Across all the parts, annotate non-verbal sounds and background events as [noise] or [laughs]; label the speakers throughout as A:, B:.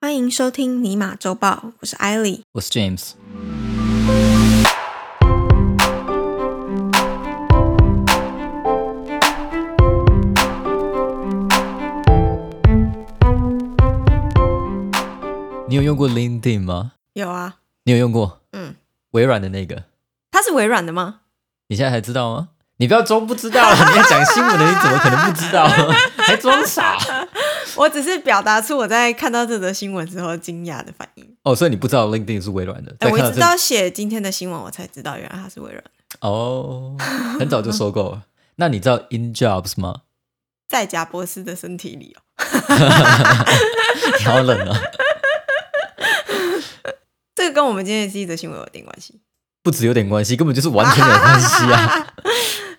A: 欢迎收听尼玛周报，我是艾莉。
B: 我是 James。你有用过 LinkedIn 吗？
A: 有啊，
B: 你有用过
A: 嗯，
B: 微软的那个？
A: 它是微软的吗？
B: 你现在还知道吗？你不要装不知道了，你要讲新闻的，你怎么可能不知道？啊还装傻？
A: 我只是表达出我在看到这则新闻之后惊讶的反应。
B: 哦，所以你不知道 LinkedIn 是微软的？
A: 哎、
B: 再
A: 我
B: 看
A: 一
B: 到
A: 直
B: 这
A: 到写今天的新闻，我才知道原来它是微软的。
B: 哦，很早就收购了。那你知道 InJobs 吗？
A: 在贾博士的身体里哦，
B: 你好冷啊！
A: 这个跟我们今天的第一则新闻有点关系。
B: 不止有点关系，根本就是完全没有关系
A: [laughs]
B: 啊！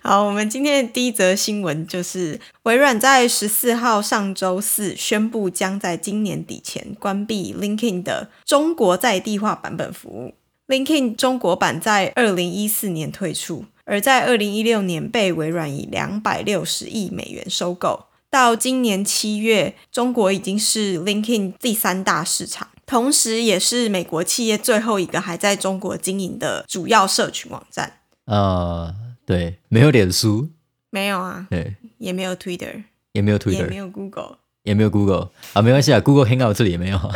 A: 好，我们今天的第一则新闻就是微软在十四号上周四宣布，将在今年底前关闭 LinkedIn 的中国在地化版本服务。LinkedIn 中国版在二零一四年推出，而在二零一六年被微软以两百六十亿美元收购。到今年七月，中国已经是 LinkedIn 第三大市场，同时也是美国企业最后一个还在中国经营的主要社群网站。
B: 呃，对，没有脸书，
A: 没有啊，
B: 对，
A: 也没有 Twitter，
B: 也没有
A: 也没
B: Twitter，
A: 有 Google。
B: 也没有 Google 啊，没关系啊，Google Hangout 这里也没有啊，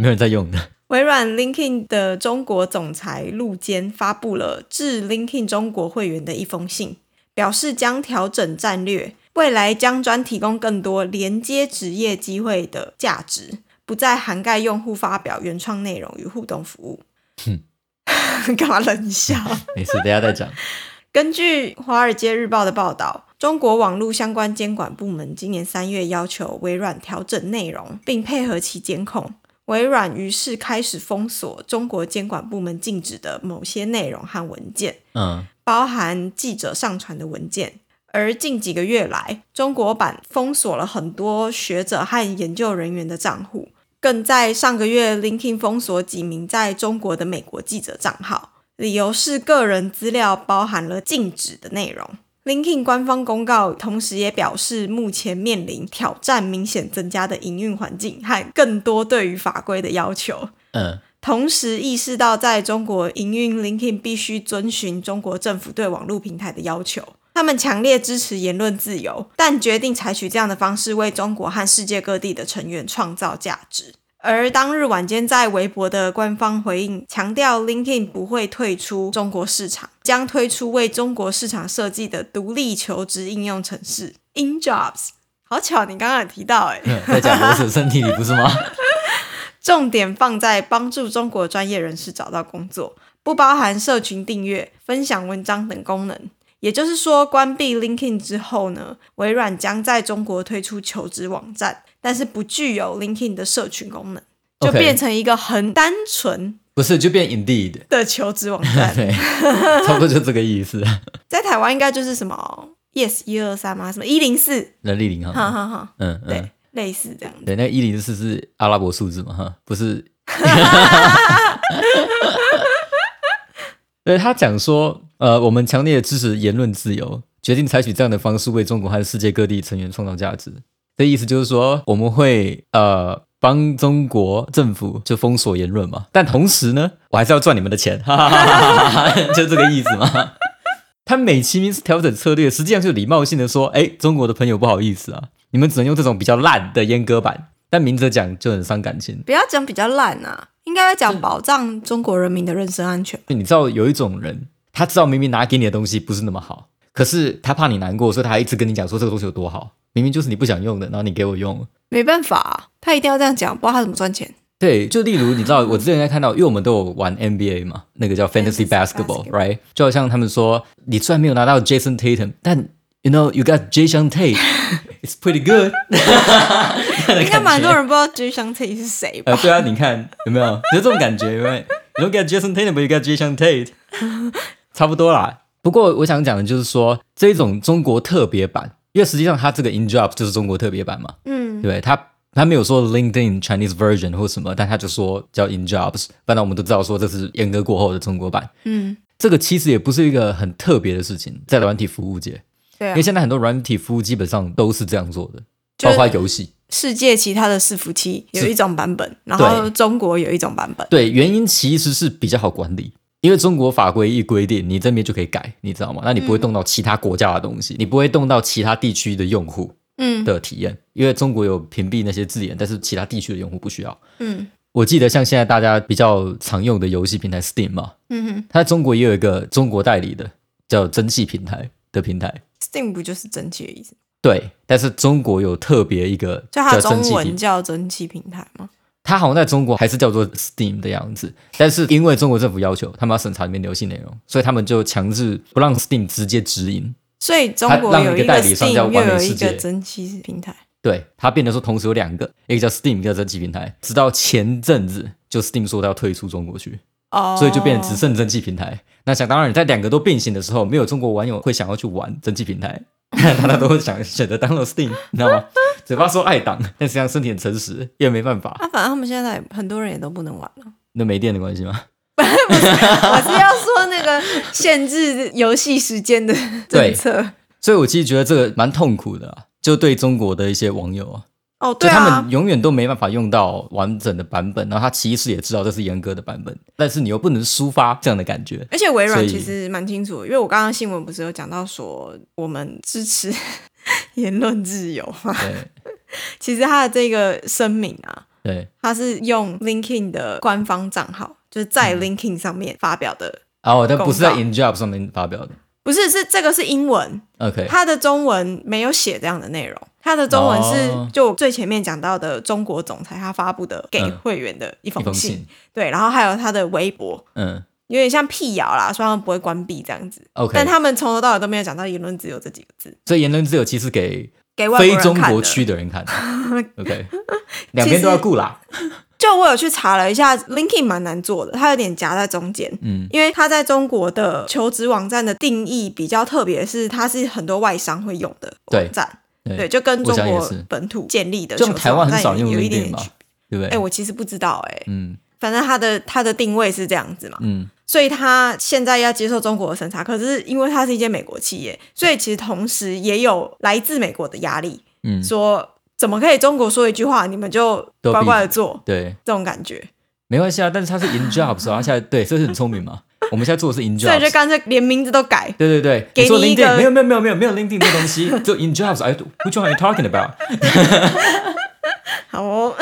B: 没有人在用的。 [laughs]
A: 微软 LinkedIn 的中国总裁陆坚发布了致 LinkedIn 中国会员的一封信，表示将调整战略，未来将专提供更多连接职业机会的价值，不再涵盖用户发表原创内容与互动服务。 [laughs] 干嘛冷笑？
B: 没事，等一下再讲。
A: 根据《华尔街日报》的报道，中国网络相关监管部门今年三月要求微软调整内容，并配合其监控。微软于是开始封锁中国监管部门禁止的某些内容和文件，
B: 嗯，
A: 包含记者上传的文件。而近几个月来，中国版封锁了很多学者和研究人员的账户，更在上个月 LinkedIn 封锁几名在中国的美国记者账号，理由是个人资料包含了禁止的内容。LinkedIn 官方公告同时也表示，目前面临挑战明显增加的营运环境和更多对于法规的要求。
B: 嗯，
A: 同时意识到在中国营运 LinkedIn 必须遵循中国政府对网络平台的要求。他们强烈支持言论自由，但决定采取这样的方式为中国和世界各地的成员创造价值。而当日晚间，在微博的官方回应强调，LinkedIn 不会退出中国市场，将推出为中国市场设计的独立求职应用程式 InJobs。好巧，你刚刚有提到、欸，
B: 嗯在讲罗子的身体里不是吗？ [laughs]
A: 重点放在帮助中国专业人士找到工作，不包含社群订阅、分享文章等功能。也就是说，关闭 LinkedIn 之后呢，微软将在中国推出求职网站，但是不具有 LinkedIn 的社群功能，就
B: OK
A: 变成一个很单纯
B: 不是，就变 Indeed，
A: 的求职网
B: [laughs]
A: 站。
B: 对，差不多就这个意思。
A: 在台湾应该就是什么 Yes 一二三吗？什么一零四？
B: 人力银
A: 哈
B: 行，
A: 哈哈，
B: 嗯
A: 对，
B: 嗯，
A: 类似这样子。
B: 对，那一零四是阿拉伯数字嘛，哈，不是。对他讲说，呃，我们强烈支持言论自由，决定采取这样的方式为中国和世界各地成员创造价值。的意思就是说，我们会呃帮中国政府就封锁言论嘛，但同时呢，我还是要赚你们的钱，哈哈哈哈哈哈，就这个意思嘛。他美其名是调整策略，实际上就礼貌性的说，哎，中国的朋友不好意思啊，你们只能用这种比较烂的阉割版，但明着讲就很伤感情。
A: 不要讲比较烂啊，应该要讲保障中国人民的人身安全。
B: 你知道有一种人，他知道明明拿给你的东西不是那么好，可是他怕你难过，所以他还一直跟你讲说这个东西有多好，明明就是你不想用的，然后你给我用。
A: 没办法、啊他一定要这样讲，不知道他怎么赚钱。
B: 对，就例如
A: [laughs]
B: 你知道，我之前在看到，因为我们都有玩 NBA 嘛，那个叫
A: Fantasy
B: Fantasy
A: Basketball
B: Basketball，right？就好像他们说，你虽然没有拿到 Jason Tatum，但 you know you got Jason [laughs] Tate，it's pretty good [laughs]
A: 应该蛮多人不知道 Jason Tate 是谁吧？
B: 呃，对啊，你看有没有？有这种感觉，有没有？You don't get Jason Tatum, but you get Jason Tate，
A: [laughs]
B: 差不多啦。不过我想讲的就是说，这种中国特别版，因为实际上它这个 InJob 就是中国特别版嘛，
A: 嗯，
B: 对它。它没有说 LinkedIn Chinese version 或什么，但它就说叫 InJobs，反正我们都知道说这是阉割过后的中国版。
A: 嗯，
B: 这个其实也不是一个很特别的事情，在软体服务界，
A: 对
B: 因
A: 啊
B: 为，现在很多软体服务基本上都是这样做的，
A: 就是
B: 包括游戏。
A: 世界其他的伺服器有一种版本，然后
B: 对
A: 中国有一种版本。
B: 对，原因其实是比较好管理，因为中国法规一规定，你这边就可以改，你知道吗？那你不会
A: 嗯
B: 动到其他国家的东西，你不会动到其他地区的用户
A: 嗯
B: 的体验，因为中国有屏蔽那些字眼，但是其他地区的用户不需要。
A: 嗯
B: 我记得像现在大家比较常用的游戏平台 Steam 嘛，
A: 嗯哼
B: 它在中国也有一个中国代理的叫蒸汽平台的平台，
A: ，Steam 不就是蒸汽的意思？
B: 对，但是中国有特别一个
A: 所以它
B: 叫
A: 的中
B: 蒸汽平
A: 文叫蒸汽平台吗？
B: 它好像在中国还是叫做 Steam 的样子，但是因为中国政府要求他们要审查里面的游戏内容，所以他们就强制不让 Steam 直接直营，
A: 所以中国
B: 它让
A: 有
B: 一个代理商
A: Steam，
B: 叫
A: 又
B: 完美
A: 有一
B: 世
A: 个
B: 界
A: 蒸汽平台。
B: 对，它变得说同时有两个，一个叫 Steam，一个叫蒸汽平台。直到前阵子，就 Steam 说它要退出中国去，
A: 哦，
B: 所以就变成只剩蒸汽平台。那想当然，在两个都并行的时候，没有中国网友会想要去玩蒸汽平台， [laughs] 大家都会想选择 download Steam，你知
A: [laughs]
B: 道吗？嘴巴说爱党，但实际上身体很诚实，因为没办法，
A: 啊，反正他们现在很多人也都不能玩 [laughs] 了。
B: 那没电的关系吗？
A: 我是要说那个限制游戏时间的政
B: 对
A: 策。
B: 所以我其实觉得这个蛮痛苦的、啊，就对中国的一些网友啊，
A: 哦，
B: 就
A: 对
B: 他
A: 啊
B: 们，永远都没办法用到完整的版本，然后他其实也知道这是严格的版本，但是你又不能抒发这样的感觉。
A: 而且微软
B: 所以
A: 其实蛮清楚的，因为我刚刚新闻不是有讲到说我们支持 [laughs] 言论自由嘛，
B: 对
A: 其实他的这个声明啊，
B: 对
A: [laughs] 他是用 LinkedIn 的官方账号，就是在
B: 嗯
A: LinkedIn 上面发表的，
B: 哦，但不是在
A: 公告
B: InJob 上面发表的。
A: 不是是这个是英文，
B: OK，
A: 它的中文没有写这样的内容。它的中文是
B: 哦
A: 就我最前面讲到的中国总裁他发布的给
B: 嗯
A: 会员的一
B: 一
A: 封
B: 封
A: 信，
B: 信，
A: 对，然后还有他的微博，
B: 嗯
A: 有点像辟谣啦，说他们不会关闭这样子，但
B: ，OK。
A: 他们从头到尾都没有讲到言论自由这几个字，
B: 所以言论自由其实给
A: 给外
B: 非
A: 人
B: 中
A: 看
B: 国
A: 的。
B: 区的人看，OK，两边都要顾啦。
A: 就我有去查了一下，LinkedIn 蛮难做的，它有点夹在中间。
B: 嗯，
A: 因为它在中国的求职网站的定义比较特别，是它是很多外商会用的
B: 对
A: 网站，
B: 对
A: 对，就跟
B: 我
A: 中
B: 想也
A: 国
B: 是
A: 本土建立的
B: 就
A: 求职
B: 我们台湾
A: 网
B: 很
A: 站
B: 少
A: 有
B: 用
A: 有一
B: LinkedIn
A: 点
B: 嘛
A: 区，
B: 对不
A: 哎、
B: 对？
A: 我其实不知道哎、
B: 嗯
A: 反正它的它的定位是这样子嘛，
B: 嗯，
A: 所以它现在要接受中国的审查，可是因为它是一间美国企业，所以其实同时也有来自美国的压力，
B: 嗯
A: 说怎么可以中国说一句话，你们就
B: 都
A: 乖
B: 闭
A: 乖的
B: 嘴
A: 做
B: 对，
A: 这种感觉，
B: 没关系啊，但是他是 in jobs 啊，他现在对，这是很聪明嘛。我们现在做的是 in
A: 所以就
B: jobs，
A: 干脆连名字都改，
B: 对对对，
A: 给
B: 说
A: 你一个
B: LinkedIn 没有没有没有没有没有 LinkedIn 这东西，就 in jobs。哎，which one are you talking about？
A: 好哦。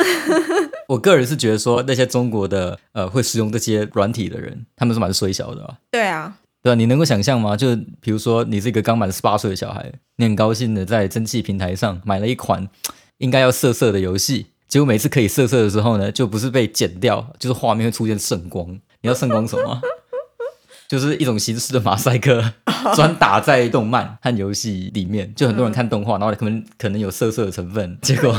B: 我个人是觉得说那些中国的呃会使用这些软体的人，他们是蛮衰小的、啊。
A: 对啊，
B: 对啊，你能够想象吗？就比如说，你是一个刚满十八岁的小孩，你很高兴的在蒸汽平台上买了一款应该要色色的游戏，结果每次可以色色的时候呢，就不是被剪掉，就是画面会出现圣光。你知道圣光什么吗？ [laughs] 就是一种形式的马赛克，专打在动漫和游戏里面。就很多人看动画，然后可能可能有色色的成分， [laughs] 结果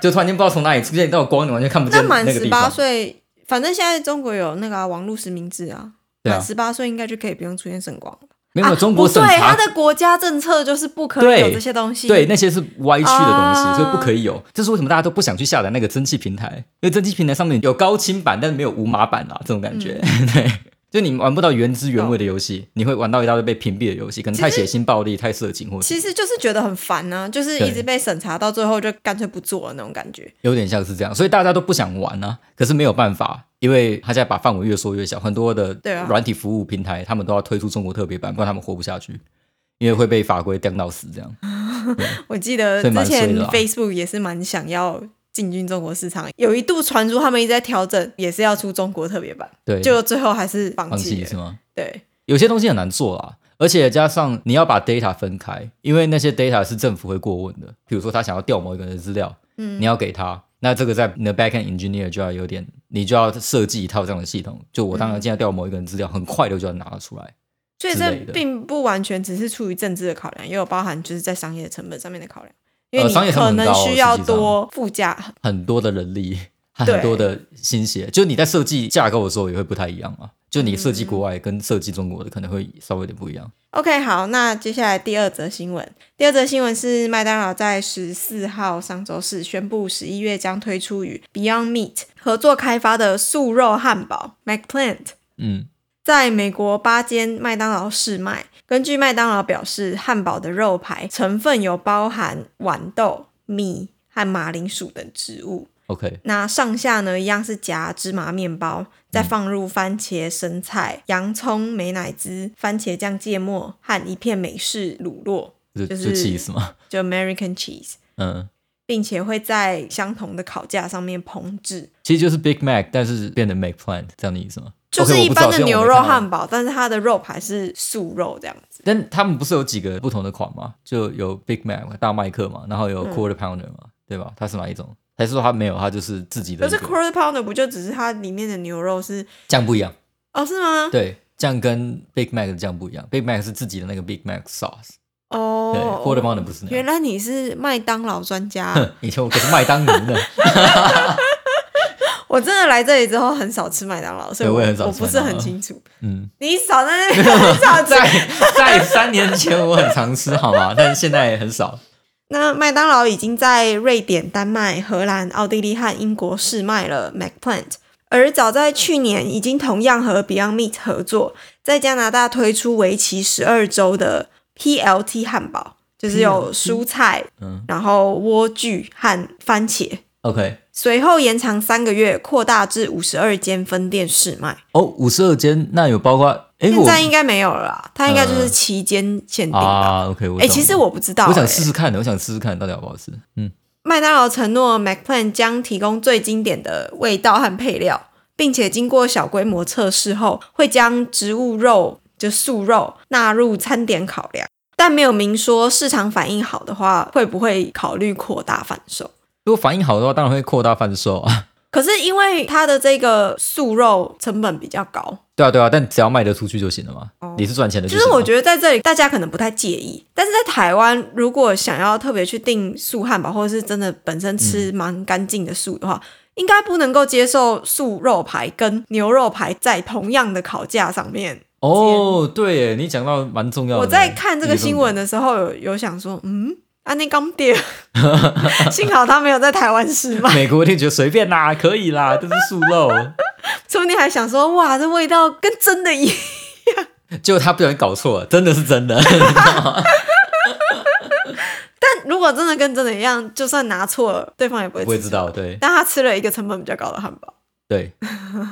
B: 就突然间不知道从哪里出现一道光，你完全看不
A: 那
B: 见
A: 满
B: 那个
A: 十
B: 地
A: 八
B: 方。
A: 岁，反正现在中国有那个啊、网络实名制啊，
B: 对啊
A: 满十八岁应该就可以不用出现圣光了。
B: 没有没有
A: 啊
B: 中国
A: 不
B: 审
A: 对，
B: 查
A: 他的国家政策就是不可以
B: 对
A: 有这些东西。
B: 对，那些是歪曲的东西，
A: 啊
B: 所以不可以有。这是为什么大家都不想去下载那个蒸汽平台，因为蒸汽平台上面有高清版，但是没有无码版啦，啊这种感觉。
A: 嗯
B: [laughs] 对，就你玩不到原汁原味的游戏，你会玩到一大堆被屏蔽的游戏，可能太血腥、暴力、太色情，或者
A: 其实就是觉得很烦呢、啊，就是
B: 对
A: 一直被审查，到最后就干脆不做了那种感觉。
B: 有点像是这样，所以大家都不想玩啊。可是没有办法，因为他现在把范围越缩越小，很多的
A: 对啊
B: 软体服务平台他们都要推出中国特别版，不然他们活不下去。因为会被法规降到死，这样
A: 我记得
B: 所以
A: 之
B: 蛮衰
A: 前
B: 的啊
A: Facebook 也是蛮想要进军中国市场，有一度传出他们一直在调整，也是要出中国特别版，
B: 对，
A: 就最后还是放
B: 放
A: 弃
B: 弃
A: 了。
B: 是吗？
A: 对，
B: 有些东西很难做啦，而且加上你要把 data 分开，因为那些 data 是政府会过问的。比如说他想要调某一个人的资料，嗯，你要给他，那这个在你的 backend engineer 就要有点，你就要设计一套这样的系统。就我当
A: 嗯
B: 然现在调某一个人资料，很快的就要拿得出来。
A: 所以
B: 之
A: 这
B: 类的
A: 并不完全只是出于政治的考量，也有包含就是在商业成本上面的考量，因为
B: 呃
A: 你
B: 商业成
A: 可
B: 本很
A: 能
B: 高
A: 需要
B: 实际上
A: 多附加。
B: 很多的
A: [laughs]
B: 人力，和
A: 对
B: 很多的心血。就你在设计架构的时候也会不太一样嘛。就你设计国
A: 嗯
B: 外跟设计中国的可能会稍微有点不一样。
A: OK，好，那接下来第二则新闻。第二则新闻是麦当劳在十四号上周四宣布，十一月将推出与 Beyond Meat 合作开发的素肉汉堡 McPlant，
B: 嗯，
A: 在美国八间麦当劳试卖。根据麦当劳表示，汉堡的肉排成分有包含豌豆、米。和马铃薯等植物。
B: OK，
A: 那上下呢，一样是夹芝麻面包，
B: 嗯
A: 再放入番茄、生菜、洋葱、美乃滋、番茄酱芥末和一片美式乳酪，
B: 就
A: 就是
B: 就 cheese 嘛，
A: 就 American cheese，
B: 嗯，
A: 并且会在相同的烤架上面烹制，
B: 其实就是 Big Mac，但是变成 McPlant 这样的意思吗？
A: 就是一般的牛肉汉
B: 堡。
A: 堡，但是它的肉排是素肉这样子。
B: 但他们不是有几个不同的款吗？就有 Big Mac 大麦克嘛，然后有
A: 嗯
B: Quarter Pounder 嘛，对吧？它是哪一种？还是说它没有？它就是自己的
A: 可
B: 一
A: 是
B: 个
A: quarter pounder 不就只是它里面的牛肉是
B: 酱不一样？
A: 哦是吗？
B: 对，酱跟 Big Mac 的酱不一样。Big Mac 是自己的那个 Big Mac sauce，
A: 哦
B: 对、q u a r t e r Pounder 不是那
A: 原
B: 样。
A: 来你是麦当劳专
B: [laughs]
A: 家啊、
B: 哼，以前我可是麦当奴呢。
A: 我真的来这里之后很少吃麦当劳，所以
B: 对
A: 我
B: 我也很少吃
A: 我不是
B: 麦
A: 很
B: 当劳
A: 清楚。
B: [laughs] 嗯，
A: 你少在那边很
B: [laughs]
A: 少吃。
B: 在在三年前我很常吃，好吗？但是现在也很少。
A: 那麦当劳已经在瑞典、丹麦、荷兰、奥地利和英国试卖了 MacPlant，而早在去年已经同样和 Beyond Meat 合作，在加拿大推出为期十二周的 PLT 汉堡，就是有
B: PLT
A: 蔬菜，
B: 嗯
A: 然后莴苣和番茄。
B: ，OK。
A: 随后延长三个月，扩大至五十二间分店试卖。
B: 哦，五十二间，那有包括哎，
A: 现
B: 我
A: 在应该没有了啦，它应该就是
B: 嗯
A: 期间限定吧。
B: 啊，OK，我
A: 哎、
B: 懂
A: 其实
B: 了
A: 我不知道、
B: 我想
A: 哎
B: 试试看的，我想试试看到底好不好吃。嗯，
A: 麦当劳承诺 MacPlan 将提供最经典的味道和配料，并且经过小规模测试后，会将植物肉就素肉纳入餐点考量，但没有明说市场反应好的话会不会考虑扩大贩售。
B: 如果反应好的话，当然会扩大贩售啊。 [laughs]
A: 可是因为它的这个素肉成本比较高，
B: 对啊，对啊，但只要卖得出去就行了嘛。你是赚钱的
A: 哦就
B: 就是行了，
A: 我觉得在这里大家可能不太介意，但是在台湾，如果想要特别去订素汉堡，或者是真的本身吃
B: 嗯
A: 蛮干净的素的话，应该不能够接受素肉排跟牛肉排在同样的烤架上面。
B: 哦，对耶，你讲到蛮重要的。
A: 我在看这个新闻
B: 的，
A: 的时候，有有想说，嗯，安内刚
B: [laughs]
A: 点，幸好他没有在台湾试卖，
B: 美国一定觉得随便啦， [laughs] 可以啦，这是素肉。 [laughs]
A: 说不定还想说，哇，这味道跟真的一样。 [laughs]
B: 结果他不小心搞错了，真的是真的。 [laughs]
A: 但如果真的跟真的一样，就算拿错了，对方也不会
B: 不会
A: 吃
B: 知道，对
A: 但他吃了一个成本比较高的汉堡，
B: 对，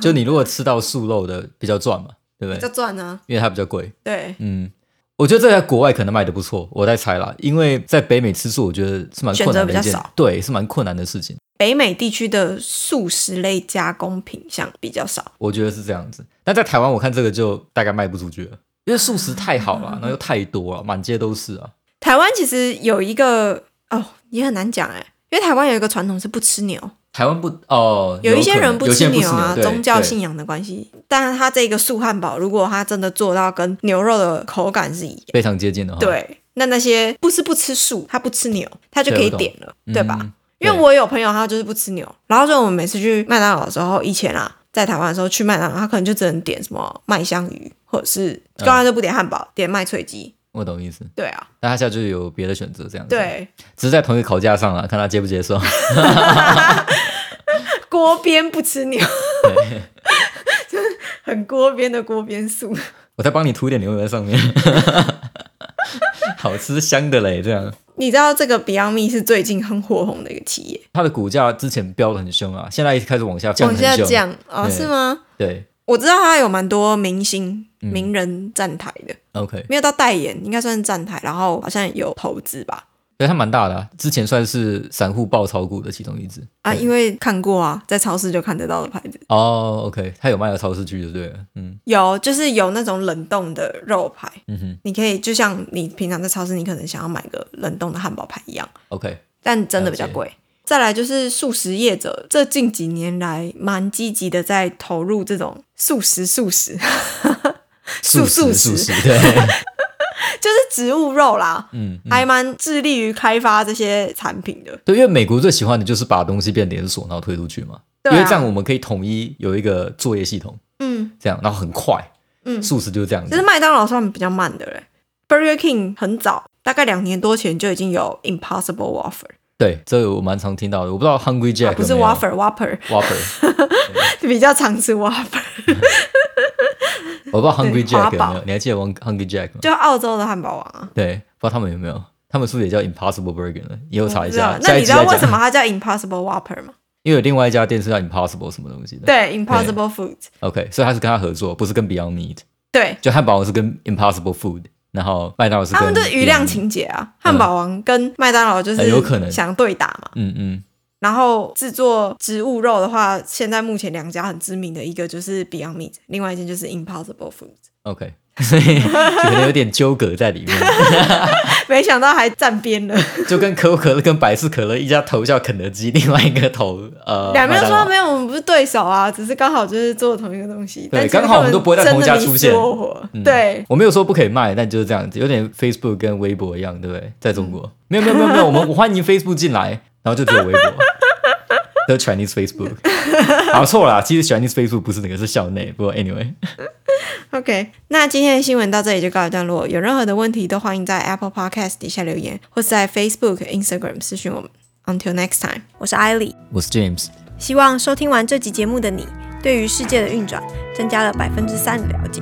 B: 就你如果吃到素肉的比较赚嘛，对不
A: 就
B: 对？
A: 赚啊，
B: 因为它比较贵。
A: 对。
B: 嗯，我觉得这在国外可能卖的不错，我在猜啦，因为在北美吃素，我觉得是蛮困难的一
A: 选择比较
B: 件
A: 少，
B: 对，是蛮困难的事情。
A: 北美地区的素食类加工品项比较少，
B: 我觉得是这样子。但在台湾，我看这个就大概卖不出去了，因为素食太好
A: 嗯
B: 了，然后又太多了，满街都是啊。
A: 台湾其实有一个哦，也很难讲哎，因为台湾有一个传统是不吃牛，
B: 台湾不哦，
A: 有一些
B: 可能
A: 人
B: 有些
A: 吃
B: 人不
A: 牛啊，
B: 对
A: 宗教
B: 对
A: 信仰的关系。但是它这个素汉堡，如果它真的做到跟牛肉的口感是一样，
B: 非常接近的话，
A: 对，那那些不是不吃素，他不吃牛，他就可以
B: 对我懂
A: 点了，
B: 嗯
A: 对吧？因
B: 对
A: 为我有朋友，他就是不吃牛，然后所以我们每次去麦当劳的时候，以前啊，在台湾的时候去麦当劳，他可能就只能点什么麦香鱼，或者是
B: 嗯
A: 刚才就不点汉堡，点麦脆鸡。
B: 我懂意思。
A: 对啊，
B: 那他下去有别的选择，这样子，
A: 对，
B: 只是在同一个烤架上了，看他接不接受。
A: [laughs] 锅边不吃牛，很锅边的锅边素。
B: 我再帮你涂一点牛油在上面， [laughs] 好吃香的嘞，这样。
A: 你知道这个 Beyond Meat 是最近很火红的一个企业，
B: 它的股价之前飙的很凶啊，现在开始往下降
A: 往
B: 得
A: 下
B: 很凶。
A: 降哦，
B: 对
A: 是吗？
B: 对
A: 我知道他有蛮多明星、
B: 嗯
A: 名人站台的，
B: ，OK，
A: 没有到代言，应该算是站台，然后好像有投资吧。
B: 对它蛮大的、啊，之前算是散户爆炒股的其中一只
A: 啊，
B: 对
A: 因为看过啊，在超市就看得到的牌子，
B: 哦，OK，它有卖到超市去就对了，嗯
A: 有就是有那种冷冻的肉排，
B: 嗯哼
A: 你可以就像你平常在超市，你可能想要买个冷冻的汉堡排一样，
B: ，OK，
A: 但真的比较贵。再来就是素食业者，这近几年来蛮积极的在投入这种素食素食， [laughs] 素
B: 素
A: 食
B: 素食，对， [laughs]
A: 就是植物肉啦，
B: 嗯，
A: 还蛮致力于开发这些产品的。
B: 对，因为美国最喜欢的就是把东西变连锁，然后推出去嘛。
A: 对啊
B: 因为这样我们可以统一有一个作业系统，
A: 嗯，
B: 这样然后很快。
A: 嗯
B: 素食就是这样
A: 就是
B: 子。
A: 麦当劳算比较慢的嘞，Burger King 很早，大概两年多前就已经有 Impossible Wafer，
B: 对，这个我蛮常听到的。我不知道 Hungry
A: 啊
B: Jack
A: 不是
B: 有没有
A: Wafer Whopper， [laughs]
B: Whopper，
A: 比较常吃 Whopper，
B: 我不知道 Hungry
A: 对华
B: Jack
A: 堡 [laughs]
B: 有没有。你还记得 Hungry Jack 吗？
A: 就澳洲的汉堡王啊。
B: 对，不知道他们有没有。他们是不是也叫 Impossible Burger 呢？以后查一
A: 我
B: 下。
A: 不啊知道那
B: 下一
A: 你
B: 集
A: 知道
B: 再
A: 为什
B: 讲。
A: 么它叫 Impossible Whopper 吗？
B: 因为有另外一家店是叫 Impossible 什么东西的。
A: 对，Impossible Food。
B: OK，所以他是跟他合作，不是跟 Beyond Meat。
A: 对，
B: 就汉堡王是跟 Impossible Food，然后麦当劳是跟
A: 他们就是余量
B: Beyond
A: 情节啊，汉堡王跟麦当劳就是
B: 嗯很有可能
A: 想对打嘛。
B: 嗯嗯，
A: 然后制作植物肉的话，现在目前两家很知名的一个就是 Beyond Meat，另外一间就是 Impossible Food。
B: OK，所 [laughs] 以可能有点纠葛在里面，
A: 没想到还站边了，
B: 就跟可口可乐跟百事可乐一家头叫肯德基，另外一个头呃
A: 两边都
B: 麦当
A: 说
B: 劳
A: 没有，我们不是对手啊，只是刚好就是做同一个东西。
B: 对
A: 但其实
B: 刚好我们都不会在同一家
A: 他们
B: 出
A: 真
B: 现
A: 的你死我活
B: 嗯
A: 对，
B: 我没有说不可以卖，但就是这样子，有点 Facebook 跟微博一样，对不对？在中国，没有没有没有没有，我们我欢迎 Facebook 进来，然后就只有微博 [laughs] ，The Chinese Facebook。好，错了啦，其实 Chinese Facebook 不是那个，是校内。不过 anyway，
A: OK，那今天的新闻到这里就告一段落。有任何的问题都欢迎在 Apple Podcast 底下留言，或是在 Facebook、Instagram 私讯我们。Until next time，我是艾莉。
B: 我是 James，
A: 希望收听完这集节目的你，对于世界的运转增加了百分之三的了解。